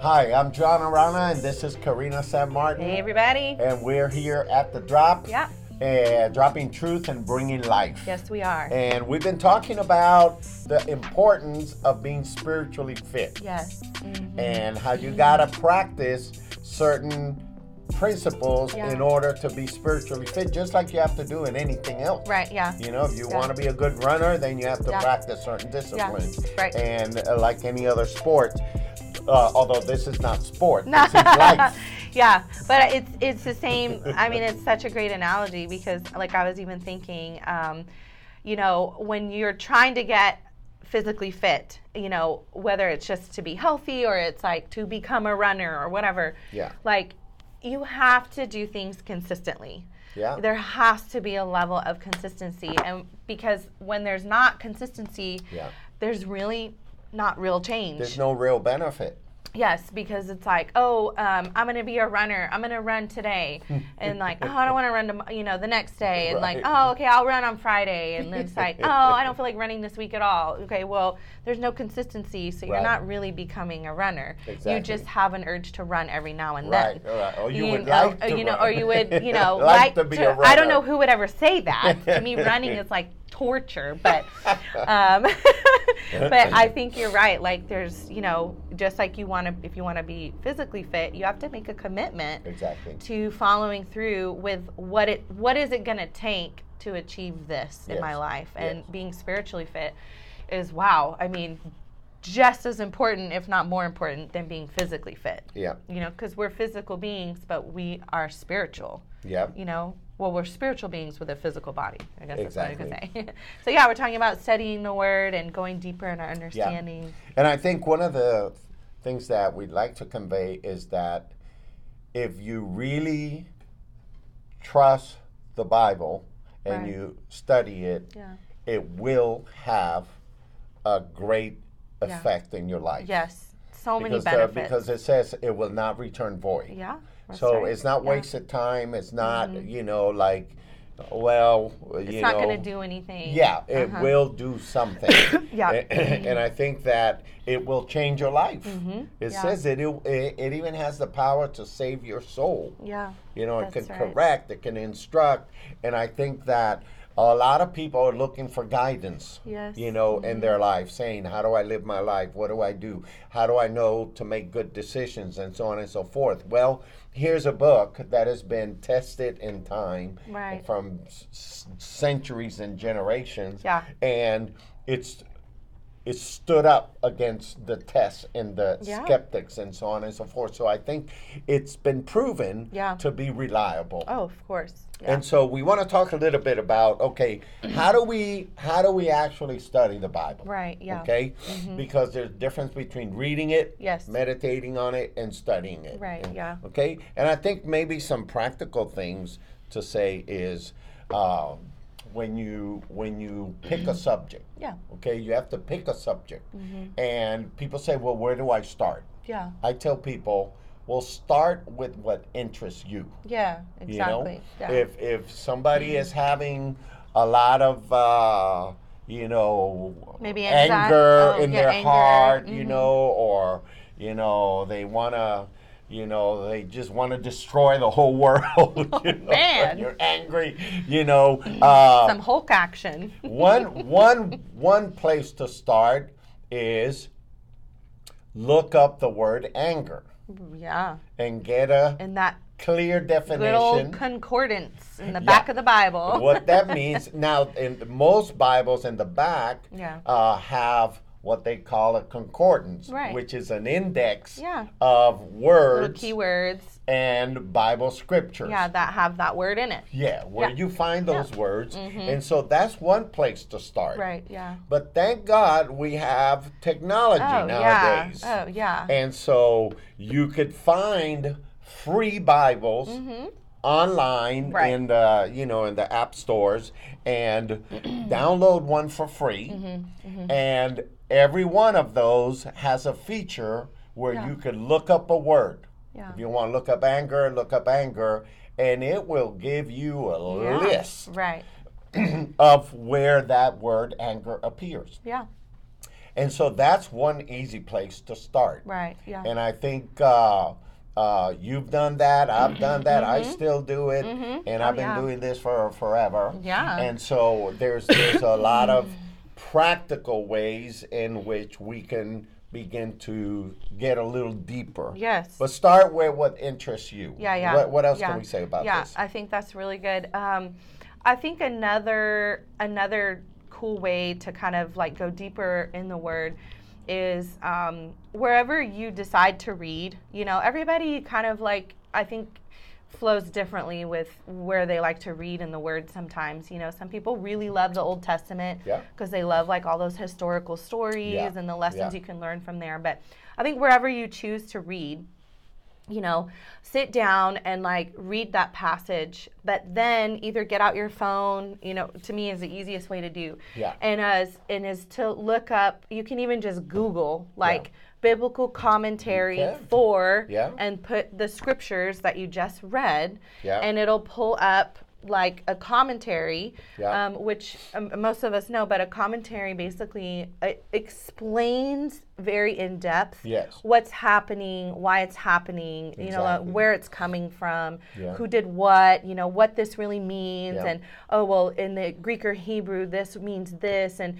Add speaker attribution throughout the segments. Speaker 1: Hi, I'm John Arana, and this is Karina San Martin.
Speaker 2: Hey, everybody.
Speaker 1: And we're here at the drop.
Speaker 2: Yeah.
Speaker 1: Uh, dropping truth and bringing life.
Speaker 2: Yes, we are.
Speaker 1: And we've been talking about the importance of being spiritually fit
Speaker 2: Yes.
Speaker 1: and how you gotta practice certain principles
Speaker 2: Yeah.
Speaker 1: in order to be spiritually fit, just like you have to do in anything else.
Speaker 2: Right, yeah.
Speaker 1: You know, if you
Speaker 2: Yeah.
Speaker 1: want to be a good runner, then you have to
Speaker 2: Yeah.
Speaker 1: practice certain disciplines.
Speaker 2: Right.
Speaker 1: And uh, like any other sport, uh, although this is not sport,
Speaker 2: No.
Speaker 1: this is life.
Speaker 2: yeah, but it's it's the same. I mean, it's such a great analogy because, like, I was even thinking, um, you know, when you're trying to get physically fit, you know, whether it's just to be healthy or it's like to become a runner or whatever.
Speaker 1: Yeah.
Speaker 2: Like, you have to do things consistently.
Speaker 1: Yeah.
Speaker 2: There has to be a level of consistency, and because when there's not consistency,
Speaker 1: Yeah.
Speaker 2: there's really not real change.
Speaker 1: There's no real benefit.
Speaker 2: Yes, because it's like, oh, um, I'm gonna be a runner. I'm gonna run today, and like, oh, I don't want to run, tom- you know, the next day, and like,
Speaker 1: Right.
Speaker 2: oh, okay, I'll run on Friday, and then it's like, oh, I don't feel like running this week at all. Okay, well, there's no consistency, so you're
Speaker 1: Right.
Speaker 2: not really becoming a runner.
Speaker 1: Exactly.
Speaker 2: You just have an urge to run every now and
Speaker 1: Right,
Speaker 2: then.
Speaker 1: right. Or you would
Speaker 2: know,
Speaker 1: like to
Speaker 2: you know, or
Speaker 1: run.
Speaker 2: you would, you know,
Speaker 1: Like to be a
Speaker 2: I
Speaker 1: runner.
Speaker 2: don't know who would ever say that. to me, running is like torture, but um, but I think you're right. Like there's, you know, just like you want to, if you want to be physically fit, you have to make a commitment
Speaker 1: Exactly.
Speaker 2: to following through with what it, what is it going to take to achieve this in my
Speaker 1: Yes,
Speaker 2: life, and
Speaker 1: yes.
Speaker 2: being spiritually fit is wow. I mean, just as important, if not more important, than being physically fit.
Speaker 1: Yeah.
Speaker 2: You know, because we're physical beings, but we are spiritual
Speaker 1: Yeah.
Speaker 2: you know, well, we're spiritual beings with a physical body. I guess that's what I
Speaker 1: Exactly.
Speaker 2: could say. so yeah, we're talking about studying the word and going deeper in our understanding.
Speaker 1: And I think one of the things that we'd like to convey is that if you really trust the Bible and
Speaker 2: Right.
Speaker 1: you study it,
Speaker 2: Yeah.
Speaker 1: it will have a great effect in your life.
Speaker 2: Yes. So many
Speaker 1: Because, uh,
Speaker 2: benefits.
Speaker 1: because it says it will not return void.
Speaker 2: yeah. that's
Speaker 1: So
Speaker 2: right.
Speaker 1: it's not
Speaker 2: Yeah. Mm-hmm.
Speaker 1: wasted time. It's not, you know, like, well, you
Speaker 2: It's not
Speaker 1: know,
Speaker 2: going to do anything. Uh-huh.
Speaker 1: yeah, it will do something.
Speaker 2: Yeah.
Speaker 1: A- And, I think that it will change your life. It
Speaker 2: Mm-hmm. Yeah.
Speaker 1: says it, it, it even has the power to save your soul.
Speaker 2: Yeah.
Speaker 1: You know, it can
Speaker 2: That's right.
Speaker 1: correct, it can instruct. And I think that a lot of people are looking for guidance,
Speaker 2: Yes. Mm-hmm.
Speaker 1: you know, in their life, saying, How do I live my life? What do I do? How do I know to make good decisions? And so on and so forth. Well, here's a book that has been tested in time
Speaker 2: Right.
Speaker 1: from s- s- centuries and generations.
Speaker 2: Yeah.
Speaker 1: And it's it stood up against the tests and the
Speaker 2: Yeah.
Speaker 1: skeptics and so on and so forth. So I think it's been proven
Speaker 2: Yeah.
Speaker 1: to be reliable.
Speaker 2: Oh, of course. Yeah.
Speaker 1: And so we want to talk a little bit about okay, how do we how do we actually study the Bible?
Speaker 2: Right, yeah. Mm-hmm.
Speaker 1: Okay? Because there's difference between reading it,
Speaker 2: Yes.
Speaker 1: meditating on it and studying it.
Speaker 2: Right,
Speaker 1: And-
Speaker 2: yeah.
Speaker 1: Okay? And I think maybe some practical things to say is uh, when you when you pick a subject.
Speaker 2: Yeah. Mm-hmm.
Speaker 1: Okay, you have to pick a subject. And people say, "Well, where do I start?"
Speaker 2: yeah.
Speaker 1: I tell people, "Well, start with what interests you."
Speaker 2: Yeah.
Speaker 1: You know,
Speaker 2: Exactly. yeah.
Speaker 1: if if somebody is having a lot of uh, you know
Speaker 2: Maybe anxi-
Speaker 1: anger
Speaker 2: oh,
Speaker 1: in
Speaker 2: yeah,
Speaker 1: their
Speaker 2: anger,
Speaker 1: heart, you
Speaker 2: mhm.
Speaker 1: know, or you know they wanna. You know, they just want to destroy the whole world. you know,
Speaker 2: Oh, man.
Speaker 1: you're angry. You know, uh,
Speaker 2: Some Hulk action.
Speaker 1: one one one place to start is look up the word anger
Speaker 2: yeah.
Speaker 1: and get a
Speaker 2: And that
Speaker 1: clear
Speaker 2: good old
Speaker 1: definition.
Speaker 2: concordance in the back of the Bible.
Speaker 1: what that means now in most Bibles in the back
Speaker 2: Yeah.
Speaker 1: uh, have what they call a concordance,
Speaker 2: Right.
Speaker 1: which is an index
Speaker 2: Yeah.
Speaker 1: of
Speaker 2: Little
Speaker 1: words
Speaker 2: keywords.
Speaker 1: and Bible scriptures.
Speaker 2: Yeah, that have that word in it.
Speaker 1: Yeah, where
Speaker 2: Yeah. Mm-hmm.
Speaker 1: you find those words. And so that's one place to start.
Speaker 2: Right. Yeah.
Speaker 1: But thank God we have technology
Speaker 2: Oh
Speaker 1: nowadays.
Speaker 2: yeah. Oh yeah.
Speaker 1: And so you could find free Bibles online
Speaker 2: Mm-hmm. Right.
Speaker 1: in the you know in the app stores and download one for free.
Speaker 2: Mm-hmm.
Speaker 1: And every one of those has a feature where you could look up a word.
Speaker 2: Yeah.
Speaker 1: If you want to look up anger, look up anger and it will give you a
Speaker 2: Yeah.
Speaker 1: list
Speaker 2: Right.
Speaker 1: of where that word anger appears.
Speaker 2: Yeah.
Speaker 1: And so that's one easy place to start.
Speaker 2: Right. Yeah.
Speaker 1: And I think uh, uh, you've done that. I've done that. I still do it, and I've been
Speaker 2: Mm-hmm. Oh, yeah.
Speaker 1: doing this for forever.
Speaker 2: Yeah.
Speaker 1: And so there's there's a lot of practical ways in which we can begin to get a little deeper.
Speaker 2: yes.
Speaker 1: But start with what interests you.
Speaker 2: Yeah, yeah.
Speaker 1: What, what else
Speaker 2: yeah.
Speaker 1: can we say about
Speaker 2: yeah,
Speaker 1: this?
Speaker 2: I think that's really good. Um, I think another another cool way to kind of like go deeper in the word is um, wherever you decide to read. You know, everybody kind of like I think flows differently with where they like to read in the word sometimes you know some people really love the old testament
Speaker 1: Yeah.
Speaker 2: because they love like all those historical stories
Speaker 1: Yeah,
Speaker 2: and the lessons
Speaker 1: yeah.
Speaker 2: you can learn from there but i think wherever you choose to read you know, sit down and like read that passage, but then either get out your phone, you know, to me is the easiest way to do.
Speaker 1: Yeah.
Speaker 2: And as and is to look up, you can even just Google like biblical commentary
Speaker 1: You can.
Speaker 2: for
Speaker 1: Yeah.
Speaker 2: and put the scriptures that you just read
Speaker 1: Yeah.
Speaker 2: and it'll pull up like a commentary
Speaker 1: Yeah.
Speaker 2: um, which um, most of us know but a commentary basically uh, explains very in depth
Speaker 1: Yes.
Speaker 2: what's happening, why it's happening, you know, uh,
Speaker 1: Exactly.
Speaker 2: where it's coming from,
Speaker 1: Yeah.
Speaker 2: who did what, you know, what this really means,
Speaker 1: Yeah.
Speaker 2: and oh well, in the Greek or Hebrew, this means this, and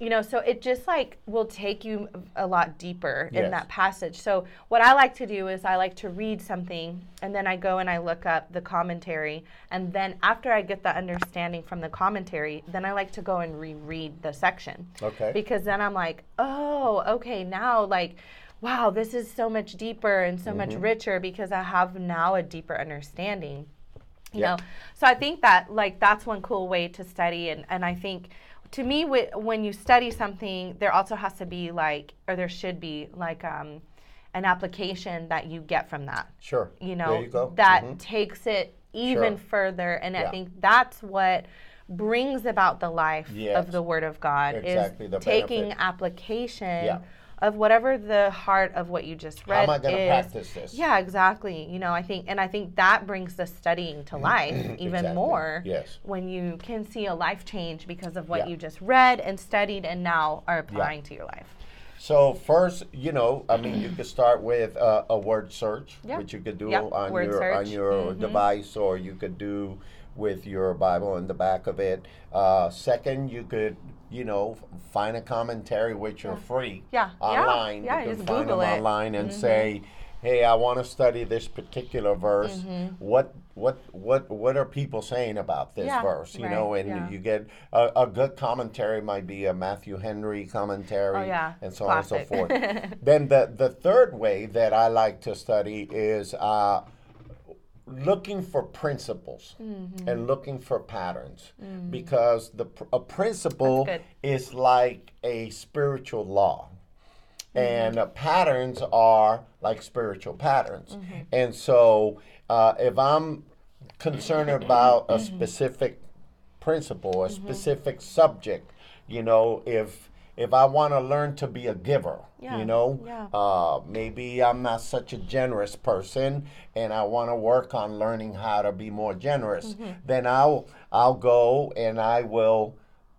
Speaker 2: you know, so it just like will take you a lot deeper in
Speaker 1: Yes.
Speaker 2: that passage. So what I like to do is I like to read something, and then I go and I look up the commentary, and then after I get the understanding from the commentary, then I like to go and reread the section
Speaker 1: Okay.
Speaker 2: because then I'm like, oh, okay, now like, wow, this is so much deeper and so
Speaker 1: Mm-hmm.
Speaker 2: much richer because I have now a deeper understanding. You
Speaker 1: Yeah.
Speaker 2: know, so I think that like that's one cool way to study, and and I think to me whe- when you study something, there also has to be like, or there should be like um, an application that you get from that
Speaker 1: sure.
Speaker 2: you know
Speaker 1: There you go.
Speaker 2: that
Speaker 1: Mhm.
Speaker 2: takes it even
Speaker 1: Sure.
Speaker 2: further and
Speaker 1: Yeah.
Speaker 2: i think that's what brings about the life
Speaker 1: Yes.
Speaker 2: of the word of god
Speaker 1: Exactly,
Speaker 2: is
Speaker 1: the
Speaker 2: taking
Speaker 1: benefit.
Speaker 2: application
Speaker 1: Yeah.
Speaker 2: of whatever the heart of what you just read
Speaker 1: am I gonna
Speaker 2: is.
Speaker 1: practice this?
Speaker 2: yeah exactly you know i think and i think that brings the studying to life even
Speaker 1: Mm-hmm. Exactly.
Speaker 2: more
Speaker 1: Yes.
Speaker 2: when you can see a life change because of what
Speaker 1: Yeah.
Speaker 2: you just read and studied and now are applying to your life
Speaker 1: So first, you know, I mean, you could start with uh, a word search,
Speaker 2: Yeah.
Speaker 1: which you could do
Speaker 2: Yeah,
Speaker 1: on
Speaker 2: word
Speaker 1: your on
Speaker 2: search. Mm-hmm.
Speaker 1: your device, or you could do with your Bible in the back of it. Uh, second, you could, you know, f- find a commentary which are free
Speaker 2: Yeah, yeah,
Speaker 1: online.
Speaker 2: yeah,
Speaker 1: you
Speaker 2: you
Speaker 1: can
Speaker 2: just
Speaker 1: find
Speaker 2: Google
Speaker 1: them
Speaker 2: it. Mm-hmm.
Speaker 1: online and say, "Hey, I want to study this particular verse.
Speaker 2: Mm-hmm.
Speaker 1: What what what what are people saying about this
Speaker 2: Yeah,
Speaker 1: verse? You
Speaker 2: right,
Speaker 1: know, and
Speaker 2: yeah.
Speaker 1: you get a, a good commentary might be a Matthew Henry commentary
Speaker 2: Oh, yeah.
Speaker 1: and so on and
Speaker 2: Classic.
Speaker 1: so forth. then the the third way that I like to study is uh, looking for principles
Speaker 2: Mm-hmm.
Speaker 1: and looking for patterns because the pr- a principle
Speaker 2: That's
Speaker 1: is like a spiritual law. And uh, patterns are like spiritual patterns.
Speaker 2: Mm-hmm.
Speaker 1: And so uh, if I'm concerned about
Speaker 2: Mm-hmm.
Speaker 1: a specific principle, a specific subject, you know, if if I want to learn to be a giver,
Speaker 2: Yeah,
Speaker 1: you know,
Speaker 2: yeah.
Speaker 1: uh, maybe I'm not such a generous person, and I want to work on learning how to be more generous.
Speaker 2: Mm-hmm.
Speaker 1: Then I'll I'll go and I will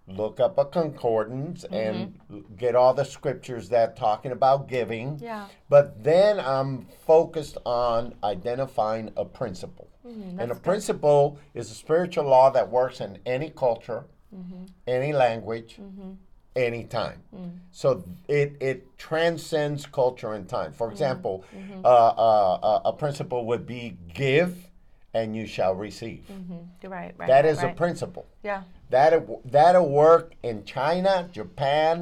Speaker 1: look up a concordance and get all the scriptures that talking about giving.
Speaker 2: Mm-hmm. Yeah.
Speaker 1: But then I'm focused on identifying a principle. and a principle is a spiritual law that works in any culture, any language, any time. So it, it transcends culture and time. For example, Uh, uh, uh, a principle would be give and you shall receive.
Speaker 2: Mhm. right right
Speaker 1: That
Speaker 2: right,
Speaker 1: is a
Speaker 2: right.
Speaker 1: principle.
Speaker 2: yeah
Speaker 1: That that'll work in China, Japan,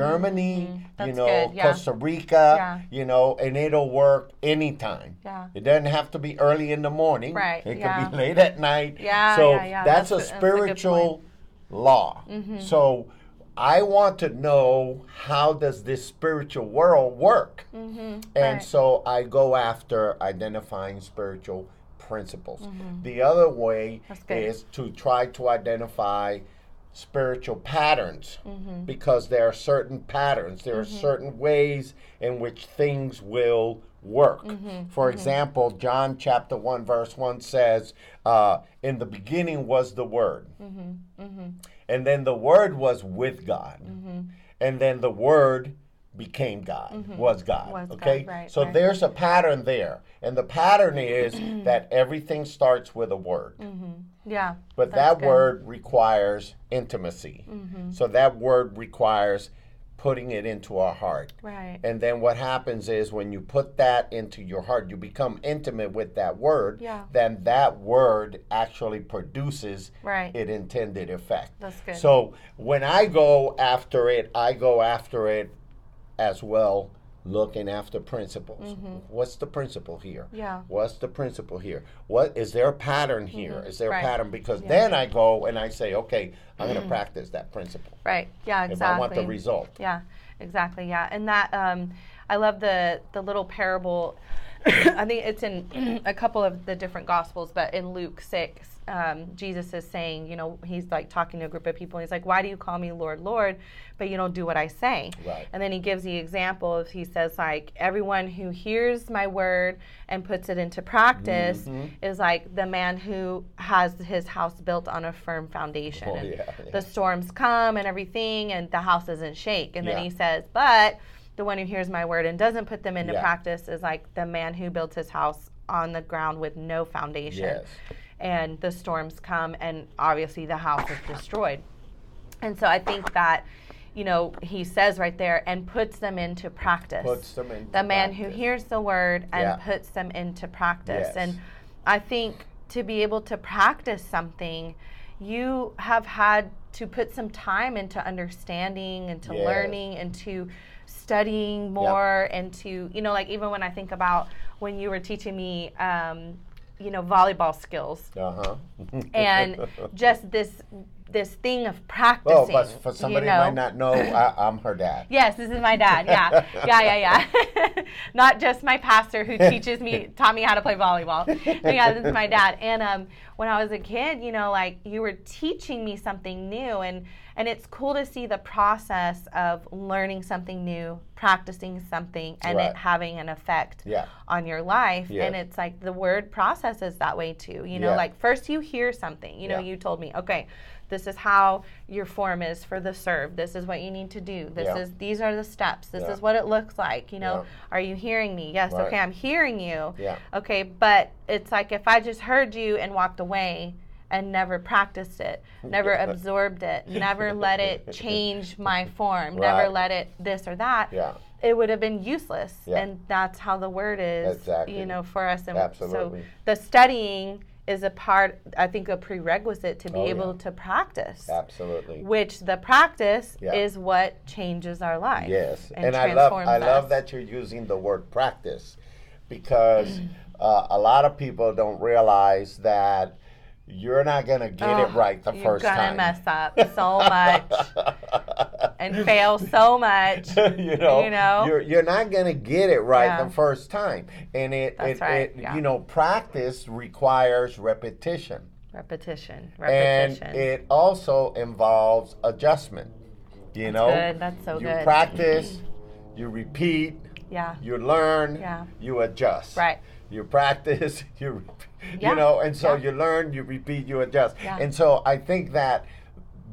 Speaker 1: Germany, you
Speaker 2: Mm-hmm. That's
Speaker 1: know,
Speaker 2: good, yeah.
Speaker 1: Costa Rica,
Speaker 2: Yeah.
Speaker 1: you know, and it'll work anytime.
Speaker 2: Yeah.
Speaker 1: It doesn't have to be early in the morning.
Speaker 2: Right,
Speaker 1: It
Speaker 2: yeah.
Speaker 1: could be late at night.
Speaker 2: Yeah,
Speaker 1: So
Speaker 2: yeah, yeah,
Speaker 1: that's,
Speaker 2: that's
Speaker 1: a
Speaker 2: a- that's a good
Speaker 1: spiritual law.
Speaker 2: Mm-hmm.
Speaker 1: So I want to know how does this spiritual world work? And
Speaker 2: Mm-hmm. Right.
Speaker 1: so I go after identifying spiritual principles. The other way
Speaker 2: Mm-hmm. That's good.
Speaker 1: is to try to identify spiritual patterns
Speaker 2: Mm-hmm.
Speaker 1: because there are certain patterns, there are certain ways in which things will work.
Speaker 2: Mm-hmm.
Speaker 1: For example, John chapter 1, verse 1 says, uh, In the beginning was the Word. And then the Word was with God.
Speaker 2: Mm-hmm.
Speaker 1: And then the Word became God, was God.
Speaker 2: Was God,
Speaker 1: okay?
Speaker 2: right,
Speaker 1: so
Speaker 2: right.
Speaker 1: there's a pattern there. And the pattern is that everything starts with a Word.
Speaker 2: Yeah.
Speaker 1: But
Speaker 2: Mm, That's
Speaker 1: that
Speaker 2: good. Mm-hmm.
Speaker 1: word requires intimacy. So that word requires putting it into our heart.
Speaker 2: Right.
Speaker 1: And then what happens is when you put that into your heart, you become intimate with that word,
Speaker 2: Yeah.
Speaker 1: then that word actually produces
Speaker 2: Right.
Speaker 1: it intended effect.
Speaker 2: That's good.
Speaker 1: So when I go after it, I go after it as well looking after principles. What's the principle here?
Speaker 2: Mm-hmm. Yeah. Mm-hmm.
Speaker 1: What's the principle here? What is there a pattern here? Is there
Speaker 2: Right.
Speaker 1: a pattern? Because then I go and I say, okay, I'm going to practice that principle
Speaker 2: Right. Yeah. Exactly.
Speaker 1: if I want the result.
Speaker 2: Yeah, exactly. Yeah, and that um, I love the the little parable. I think it's in a couple of the different gospels, but in Luke six, um, Jesus is saying, you know, he's like talking to a group of people, and he's like, "Why do you call me Lord, Lord, but you don't do what I say?"
Speaker 1: Right.
Speaker 2: And then he gives the example of he says like, "Everyone who hears my word and puts it into practice
Speaker 1: Mm-hmm.
Speaker 2: is like the man who has his house built on a firm foundation."
Speaker 1: Oh,
Speaker 2: And
Speaker 1: yeah, yeah.
Speaker 2: The storms come and everything, and the house doesn't shake. And then
Speaker 1: Yeah.
Speaker 2: he says, But the one who hears my word and doesn't put them into
Speaker 1: Yeah.
Speaker 2: practice is like the man who built his house on the ground with no foundation.
Speaker 1: Yes.
Speaker 2: And the storms come, and obviously the house is destroyed. And so I think that, you know, he says right there, and puts them into practice.
Speaker 1: Puts them into
Speaker 2: the man who
Speaker 1: practice.
Speaker 2: hears the word and
Speaker 1: Yeah.
Speaker 2: puts them into practice.
Speaker 1: Yes.
Speaker 2: And I think to be able to practice something, you have had to put some time into understanding and to
Speaker 1: Yes.
Speaker 2: learning and to studying more and to, you know, like even when I think about when you were teaching me, um, you know, volleyball skills
Speaker 1: Uh huh.
Speaker 2: and just this this thing of practicing.
Speaker 1: Oh, but for
Speaker 2: you
Speaker 1: somebody who
Speaker 2: know?
Speaker 1: might not know, I, I'm her dad.
Speaker 2: Yes, this is my dad. Yeah, yeah, yeah, yeah. Not just my pastor who teaches me, taught me how to play volleyball. But yeah, this is my dad. And um, when I was a kid, you know, like you were teaching me something new, and and it's cool to see the process of learning something new, practicing something, and
Speaker 1: Right.
Speaker 2: it having an effect
Speaker 1: Yeah.
Speaker 2: on your life.
Speaker 1: Yeah.
Speaker 2: And it's like the word process is that way too. You know,
Speaker 1: Yeah.
Speaker 2: like first you hear something. You know,
Speaker 1: Yeah.
Speaker 2: you told me, okay, this is how your form is for the serve. This is what you need to do. This
Speaker 1: Yeah.
Speaker 2: is these are the steps. This
Speaker 1: Yeah.
Speaker 2: is what it looks like. You know,
Speaker 1: Yeah.
Speaker 2: are you hearing me? Yes.
Speaker 1: Right.
Speaker 2: Okay, I'm hearing you.
Speaker 1: Yeah.
Speaker 2: Okay, but it's like if I just heard you and walked away and never practiced it, never
Speaker 1: Yeah.
Speaker 2: absorbed it, never let it change my form, never
Speaker 1: Right.
Speaker 2: let it this or that
Speaker 1: Yeah.
Speaker 2: it would have been useless.
Speaker 1: Yeah.
Speaker 2: And that's how the word is,
Speaker 1: Exactly.
Speaker 2: you know, for us. And
Speaker 1: Absolutely.
Speaker 2: So the studying is a part, I think, a prerequisite to be
Speaker 1: Oh, yeah.
Speaker 2: able to practice,
Speaker 1: Absolutely.
Speaker 2: which the practice
Speaker 1: Yeah.
Speaker 2: is what changes our life.
Speaker 1: Yes,
Speaker 2: and
Speaker 1: and, I love
Speaker 2: transforms
Speaker 1: I love
Speaker 2: us.
Speaker 1: that you're using the word practice, because uh, a lot of people don't realize that you're not gonna get it
Speaker 2: Ugh,
Speaker 1: right the
Speaker 2: You're
Speaker 1: 1st
Speaker 2: gonna
Speaker 1: time.
Speaker 2: mess up so much and fail so much.
Speaker 1: you know,
Speaker 2: You know?
Speaker 1: are you're not gonna get it right
Speaker 2: Yeah.
Speaker 1: the first time, and it
Speaker 2: That's
Speaker 1: it,
Speaker 2: right,
Speaker 1: it
Speaker 2: yeah.
Speaker 1: you know practice requires repetition.
Speaker 2: Repetition,
Speaker 1: and
Speaker 2: repetition.
Speaker 1: it also involves adjustment. You know,
Speaker 2: good, that's so
Speaker 1: you
Speaker 2: good.
Speaker 1: practice, you repeat,
Speaker 2: yeah,
Speaker 1: you learn,
Speaker 2: Yeah.
Speaker 1: you adjust,
Speaker 2: Right.
Speaker 1: You practice, you repeat,
Speaker 2: Yeah,
Speaker 1: you know, and so
Speaker 2: yeah.
Speaker 1: you learn, you repeat, you adjust,
Speaker 2: Yeah.
Speaker 1: and so I think that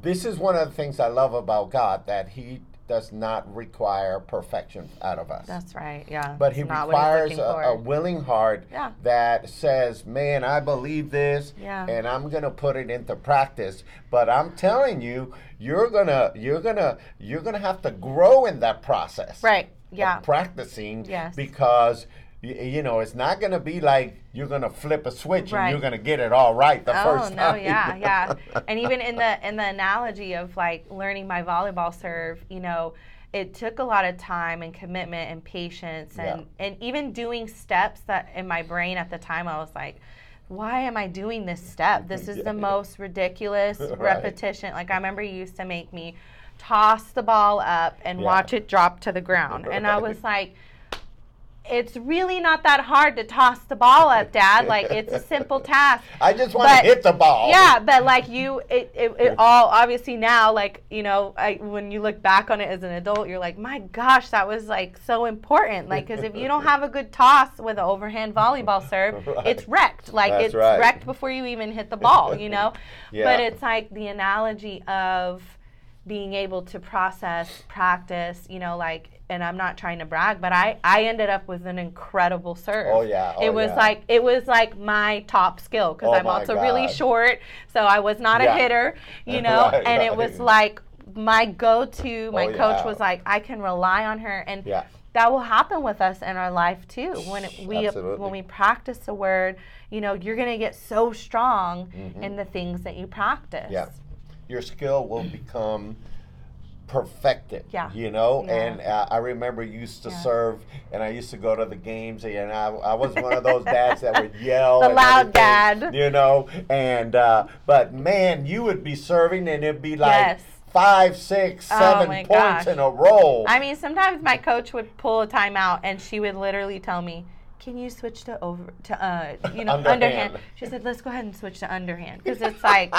Speaker 1: this is one of the things I love about God that He does not require perfection out of us.
Speaker 2: that's right. Yeah,
Speaker 1: But
Speaker 2: it's
Speaker 1: he
Speaker 2: not what he's
Speaker 1: requires
Speaker 2: looking
Speaker 1: a,
Speaker 2: for.
Speaker 1: a willing heart
Speaker 2: Yeah.
Speaker 1: that says, "Man, I believe this,
Speaker 2: Yeah.
Speaker 1: and I'm gonna put it into practice." But I'm telling you, you're gonna, you're gonna, you're gonna have to grow in that process,
Speaker 2: right.
Speaker 1: of
Speaker 2: Yeah,
Speaker 1: practicing,
Speaker 2: Yes.
Speaker 1: because. y- You know, it's not going to be like you're going to flip a switch
Speaker 2: Right.
Speaker 1: and you're going to get it all right the
Speaker 2: Oh
Speaker 1: first
Speaker 2: no,
Speaker 1: time.
Speaker 2: yeah, yeah. And even in the in the analogy of like learning my volleyball serve, you know, it took a lot of time and commitment and patience and and even doing steps that in my brain at the time I was like why am I doing this step? This is the most ridiculous
Speaker 1: Right.
Speaker 2: repetition. Like I remember you used to make me toss the ball up and
Speaker 1: Yeah.
Speaker 2: watch it drop to the ground. And I was like it's really not that hard to toss the ball up, Dad. Like it's a simple task.
Speaker 1: I just want to
Speaker 2: But-
Speaker 1: hit the ball.
Speaker 2: Yeah, but like you, it, it, it all obviously now, like you know, I, when you look back on it as an adult, you're like, my gosh, that was like so important. Like, because if you don't have a good toss with an overhand volleyball serve,
Speaker 1: Right.
Speaker 2: it's wrecked. Like
Speaker 1: That's
Speaker 2: it's
Speaker 1: right.
Speaker 2: wrecked before you even hit the ball. You know,
Speaker 1: Yeah.
Speaker 2: but it's like the analogy of being able to process, practice. You know, like. And I'm not trying to brag, but I, I ended up with an incredible serve.
Speaker 1: Oh, yeah. Oh,
Speaker 2: it was
Speaker 1: yeah.
Speaker 2: like it was like my top skill because
Speaker 1: Oh,
Speaker 2: I'm
Speaker 1: my
Speaker 2: also really
Speaker 1: God.
Speaker 2: short short, so I was not
Speaker 1: Yeah.
Speaker 2: a hitter, you know,
Speaker 1: Right,
Speaker 2: and it
Speaker 1: right.
Speaker 2: was like my go to, my
Speaker 1: Oh,
Speaker 2: coach
Speaker 1: yeah.
Speaker 2: was like, I can rely on her and
Speaker 1: Yeah.
Speaker 2: that will happen with us in our life too. When it, we
Speaker 1: Absolutely.
Speaker 2: when we practice a word, you know, you're gonna get so strong in the things that you practice.
Speaker 1: Mm-hmm. Yeah. Your skill will become perfected.
Speaker 2: Yeah.
Speaker 1: You know,
Speaker 2: Yeah.
Speaker 1: and uh, I remember you used to
Speaker 2: Yeah.
Speaker 1: serve, and I used to go to the games, and I, I was one of those dads that would yell.
Speaker 2: The
Speaker 1: and
Speaker 2: loud
Speaker 1: everything,
Speaker 2: dad.
Speaker 1: You know, and, uh, but man, you would be serving, and it'd be like
Speaker 2: Yes.
Speaker 1: five, six,
Speaker 2: Oh,
Speaker 1: seven
Speaker 2: my
Speaker 1: points
Speaker 2: gosh.
Speaker 1: in a row.
Speaker 2: I mean, sometimes my coach would pull a timeout and she would literally tell me, "Can you switch to over to uh, you know
Speaker 1: Underhand.
Speaker 2: underhand. She said, "Let's go ahead and switch to underhand because it's like,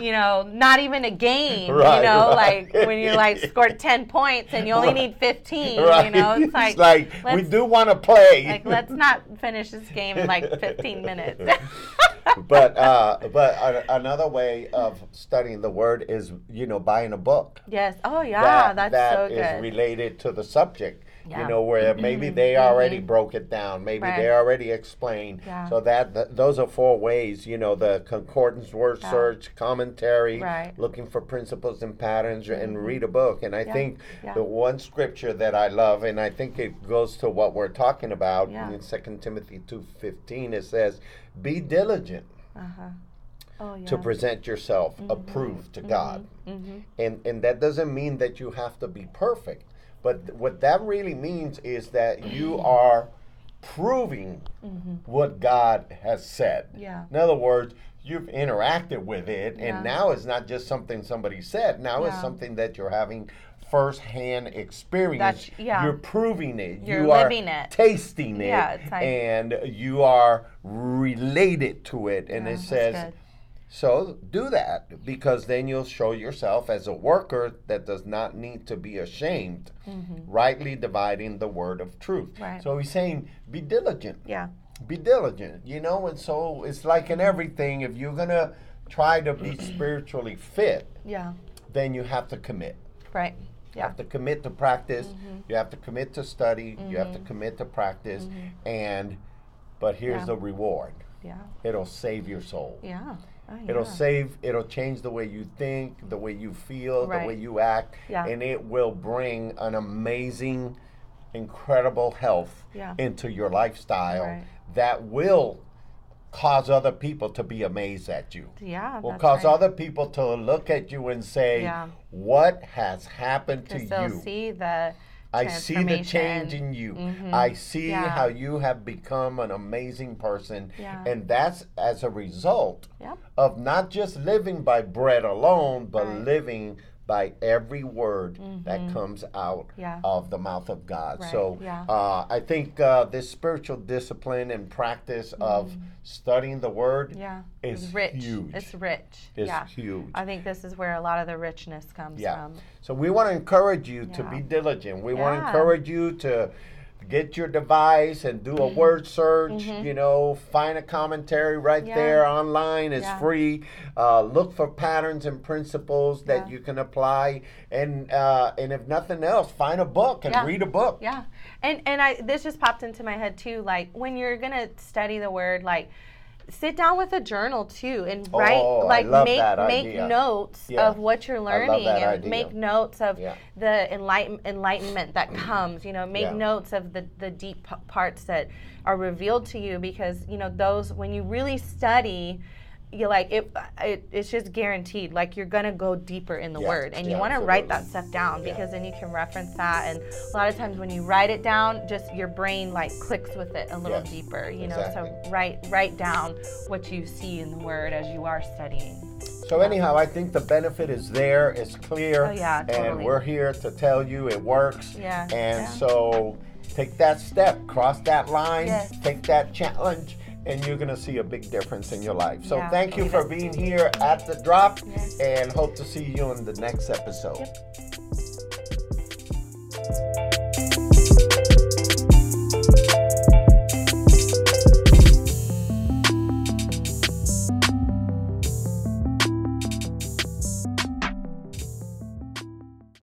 Speaker 2: you know, not even a game.
Speaker 1: Right,
Speaker 2: you know,
Speaker 1: right.
Speaker 2: like when you like scored ten points and you only
Speaker 1: Right.
Speaker 2: need fifteen.
Speaker 1: Right?
Speaker 2: You know, it's like, let's,
Speaker 1: we do want to play.
Speaker 2: like let's not finish this game in like fifteen minutes.
Speaker 1: but uh, but a, another way of studying the word is you know buying a book
Speaker 2: yes. Oh yeah, that's
Speaker 1: that
Speaker 2: so
Speaker 1: is
Speaker 2: good.
Speaker 1: related to the subject. You
Speaker 2: Yeah. Mm-hmm.
Speaker 1: know where maybe they already broke it down, maybe they
Speaker 2: Right.
Speaker 1: already explained.
Speaker 2: Yeah.
Speaker 1: So that th- those are four ways. You know the concordance word
Speaker 2: Yeah.
Speaker 1: search, commentary,
Speaker 2: Right. Mm-hmm.
Speaker 1: looking for principles and patterns, and read a book. And I
Speaker 2: Yeah.
Speaker 1: think
Speaker 2: Yeah.
Speaker 1: the one scripture that I love, and I think it goes to what we're talking about
Speaker 2: Yeah.
Speaker 1: in Second Timothy two fifteen. It says, "Be diligent."
Speaker 2: uh-huh. Oh yeah. Mm-hmm.
Speaker 1: to present yourself approved to God. And and that doesn't mean that you have to be perfect, but th- what that really means is that you are proving
Speaker 2: Mm-hmm.
Speaker 1: what God has said.
Speaker 2: Yeah.
Speaker 1: In other words, you've interacted with it
Speaker 2: Yeah.
Speaker 1: and now it's not just something somebody said, now it's
Speaker 2: Yeah.
Speaker 1: something that you're having firsthand experience.
Speaker 2: yeah.
Speaker 1: You're proving it.
Speaker 2: You're
Speaker 1: you are
Speaker 2: living it.
Speaker 1: tasting it
Speaker 2: Yeah, it's like-
Speaker 1: and you are related to it and
Speaker 2: Yeah,
Speaker 1: it
Speaker 2: that's
Speaker 1: says
Speaker 2: good.
Speaker 1: so do that because then you'll show yourself as a worker that does not need to be ashamed, rightly dividing the word of truth.
Speaker 2: Mm-hmm. Right.
Speaker 1: So he's saying, be diligent.
Speaker 2: yeah.
Speaker 1: Be diligent, you know? And so it's like in everything, if you're going to try to be spiritually fit,
Speaker 2: Yeah.
Speaker 1: then you have to commit.
Speaker 2: Right.
Speaker 1: You
Speaker 2: Yeah.
Speaker 1: have to commit to practice,
Speaker 2: Mm-hmm.
Speaker 1: you have to commit to study, you have to commit to practice. And, but here's
Speaker 2: Mm-hmm. Yeah.
Speaker 1: the reward
Speaker 2: Yeah.
Speaker 1: it'll save your soul.
Speaker 2: Yeah. Oh, yeah.
Speaker 1: It'll save, it'll change the way you think, the way you feel, the
Speaker 2: Right.
Speaker 1: way you act,
Speaker 2: Yeah.
Speaker 1: and it will bring an amazing, incredible health
Speaker 2: Yeah.
Speaker 1: into your lifestyle
Speaker 2: Right.
Speaker 1: that will cause other people to be amazed at you.
Speaker 2: Yeah.
Speaker 1: Will
Speaker 2: that's
Speaker 1: cause
Speaker 2: right.
Speaker 1: other people to look at you and say,
Speaker 2: Yeah.
Speaker 1: What has happened to
Speaker 2: Because they'll
Speaker 1: you?
Speaker 2: see the
Speaker 1: I see the change
Speaker 2: transformation. Mm-hmm.
Speaker 1: in you. I see
Speaker 2: Yeah.
Speaker 1: how you have become an amazing person.
Speaker 2: Yeah.
Speaker 1: And that's as a result
Speaker 2: Yep.
Speaker 1: of not just living by bread alone, but
Speaker 2: Right. Mm-hmm.
Speaker 1: living by every word that comes out
Speaker 2: Yeah.
Speaker 1: of the mouth of God.
Speaker 2: Right,
Speaker 1: So
Speaker 2: yeah.
Speaker 1: uh, I think uh, this spiritual discipline and practice of studying the word
Speaker 2: Mm-hmm. Yeah.
Speaker 1: is
Speaker 2: It's rich.
Speaker 1: huge.
Speaker 2: It's rich.
Speaker 1: is
Speaker 2: yeah.
Speaker 1: huge.
Speaker 2: I think this is where a lot of the richness comes
Speaker 1: Yeah.
Speaker 2: from.
Speaker 1: So we want to encourage you to
Speaker 2: Yeah.
Speaker 1: be diligent. We want to
Speaker 2: Yeah.
Speaker 1: encourage you to get your device and do a
Speaker 2: Mm-hmm.
Speaker 1: word search. You know, find a commentary right
Speaker 2: Yeah.
Speaker 1: there online. It's
Speaker 2: Yeah.
Speaker 1: free. Uh, look for patterns and principles that
Speaker 2: Yeah.
Speaker 1: you can apply, and uh, and if nothing else, find a book and
Speaker 2: Yeah.
Speaker 1: read a book.
Speaker 2: Yeah. And and I this just popped into my head too. Like when you're gonna study the word, like sit down with a journal too and write
Speaker 1: Oh, I
Speaker 2: like
Speaker 1: love
Speaker 2: make
Speaker 1: that
Speaker 2: make
Speaker 1: idea.
Speaker 2: notes
Speaker 1: Yeah.
Speaker 2: of what you're
Speaker 1: love
Speaker 2: learning
Speaker 1: that
Speaker 2: and
Speaker 1: idea.
Speaker 2: make notes of
Speaker 1: Yeah.
Speaker 2: the enlighten, enlightenment that comes you know make
Speaker 1: Yeah.
Speaker 2: notes of the, the deep p- parts that are revealed to you because you know those when you really study you like it, it it's just guaranteed like you're gonna go deeper in the
Speaker 1: Yeah.
Speaker 2: word and
Speaker 1: Yeah,
Speaker 2: you want to write that
Speaker 1: absolutely.
Speaker 2: stuff down because then you can reference that and a lot of times when you write it down just your brain like clicks with it a little
Speaker 1: Yes,
Speaker 2: deeper you know
Speaker 1: exactly.
Speaker 2: so write write down what you see in the word as you are studying
Speaker 1: So anyhow, I think the benefit is there. It's clear.
Speaker 2: Oh, yeah,
Speaker 1: And
Speaker 2: totally.
Speaker 1: we're here to tell you it works.
Speaker 2: Yeah,
Speaker 1: And
Speaker 2: yeah.
Speaker 1: so Take that step, cross that line,
Speaker 2: Yes.
Speaker 1: take that challenge, and you're gonna see a big difference in your life. So
Speaker 2: Yeah,
Speaker 1: thank you
Speaker 2: believe
Speaker 1: for
Speaker 2: it.
Speaker 1: being here at the drop,
Speaker 2: Yes.
Speaker 1: and hope to see you in the next episode.
Speaker 2: Yep.